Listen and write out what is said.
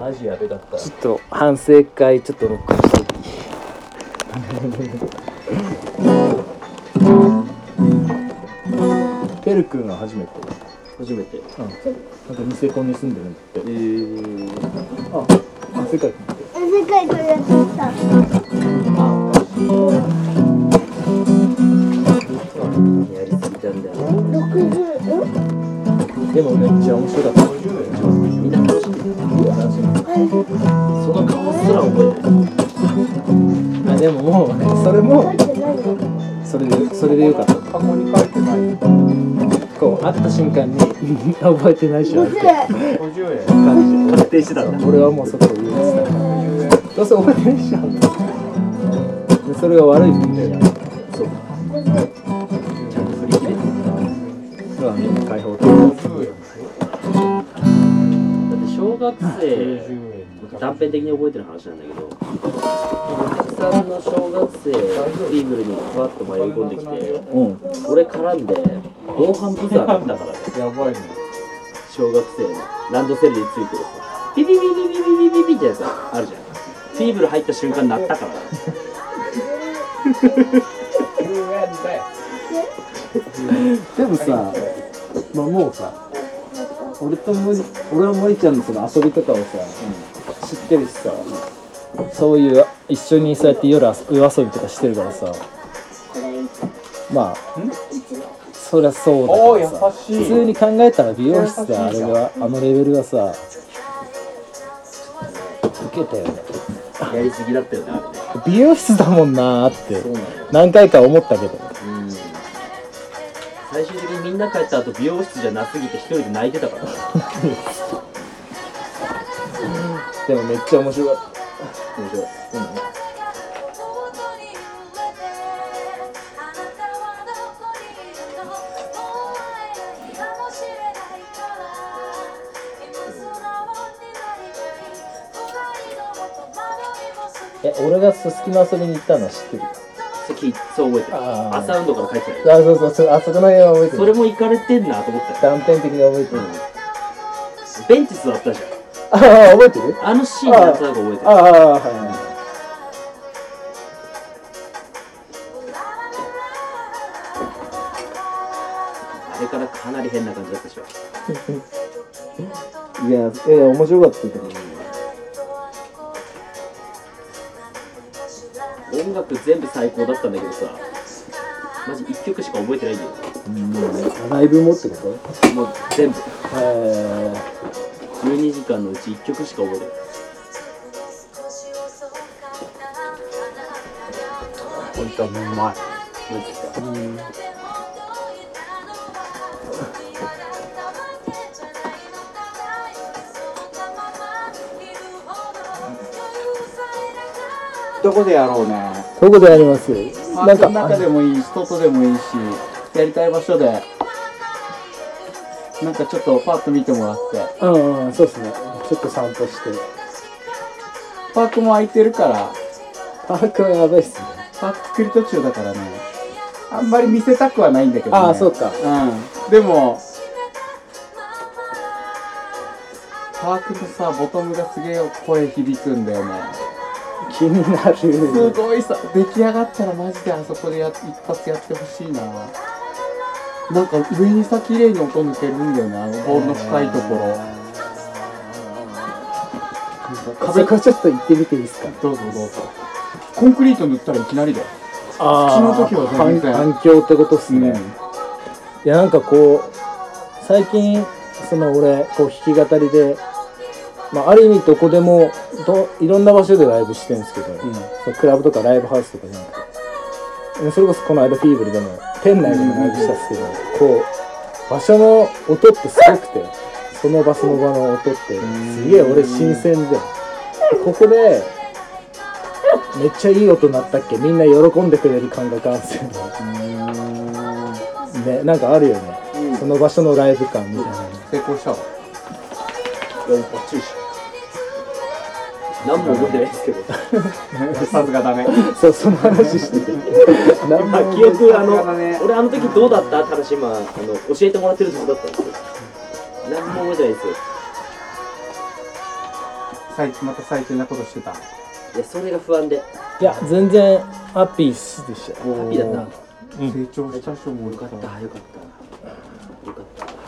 マジやべかったちょっと反省会ちょっと録画したいペル君は初めて初めてうんなんかニセコに住んでるんだってえー、ああ世界君って世界からやってきた。やりすぎたんだよな六十、うん、でもめっちゃ面白かったみんな楽しんでたその顔すら覚えてないあでももうそれも書いてないよ。それでそれでよかった箱に書いてないこう会った瞬間に 覚えてないしょっ五て十。 50円感じ確定してたんだで 俺はもうそこを言うんですどうせ覚えてないしょでそれが悪いんだよそうちゃんと振り切れてるなそれはみんな解放的50だ円って小学生90円断片的に覚えてる話なんだけどお客さんの小学生イーグルにふわっと迷い込んできてうん俺絡んで防犯ブザーだったからねやばいね小学生のランドセルについてるさビビビビビビビビビってやつあるじゃんフィーブル入った瞬間鳴ったから10円ででもさ、まあ、もうさ俺と森俺は森ちゃんのその遊びとかをさ、知ってるしさ、そういう一緒にそうやって夜遊び夜遊びとかしてるからさまあそりゃそうおおだ優からさし普い通に考えたら美容室であれ優しいじゃんがあのレベルがさ受けたよねやりすぎだったよねあれね美容室だもんなーってなんだよ何回か思ったけどうん最終的にみんな帰った後美容室じゃなすぎて一人で泣いてたからでもめっちゃ面白かった面白いえ俺がすすきの遊びに行ったのは知ってるそれ聞いそう覚えてるあーアサウンドから帰ってたよあそうそうそうあそこの辺は覚えてそるれも行かれてんなと思ったよ断片的に覚えてうるんベンチ座ったじゃんああ覚えてるあのシーンなんとなく覚えてあるあはいはあれからかなり変な感じだったでしょいいやいや面白かったけど音楽全部最高だったんだけどさマジ1曲しか覚えてないんだよライブもってこともう全部へ12時間のうち1曲しか覚えてないこいつはうまいマジでどこでやろうねどこでやりますパなーんクの中かでもいいし外でもいいしやりたい場所でなんかちょっとパッと見てもらってうんうんそうですねちょっと散歩してパークも空いてるからパークはやばいっすねパーク作り途中だからねあんまり見せたくはないんだけど、ね、ああそうかうんでもパークのさボトムがすげえ声響くんだよね気になするごいさ出来上がったらマジであそこでや一発やってほしいななんか上にさ綺麗に音抜けるんだよねあのボールの深いところそこちょっと行ってみていいですかどうぞどうぞコンクリート塗ったらいきなりだよあー口の時は全然環環境ってことっすね、うんいやなんかこう最近その俺こう弾き語りで、まあ、ある意味どこでもどいろんな場所でライブしてるんですけど、そのクラブとかライブハウスとかじゃなくてそれこそこの間フィーブルでも店内でもライブしたんですけど、こう場所の音ってすごくてその場その場の音ってすげえ俺新鮮でここでめっちゃいい音鳴ったっけみんな喜んでくれる感覚あるんですよねねなんかあるよね、その場所のライブ感みたいな、成功したわ いやもうバッチリっしょ何も覚えてないですけどさすがだねそうその話してて何まもあ記憶あのさすがだね俺あの時どうだったって話今あの教えてもらってるとこだったんですけど何も覚えてないですよ最近また最近なことしてたハいやそれが不安で いや全然ハッピーっすでしたよハッピーだったうん成長した人も多よかかっったたよかったよかった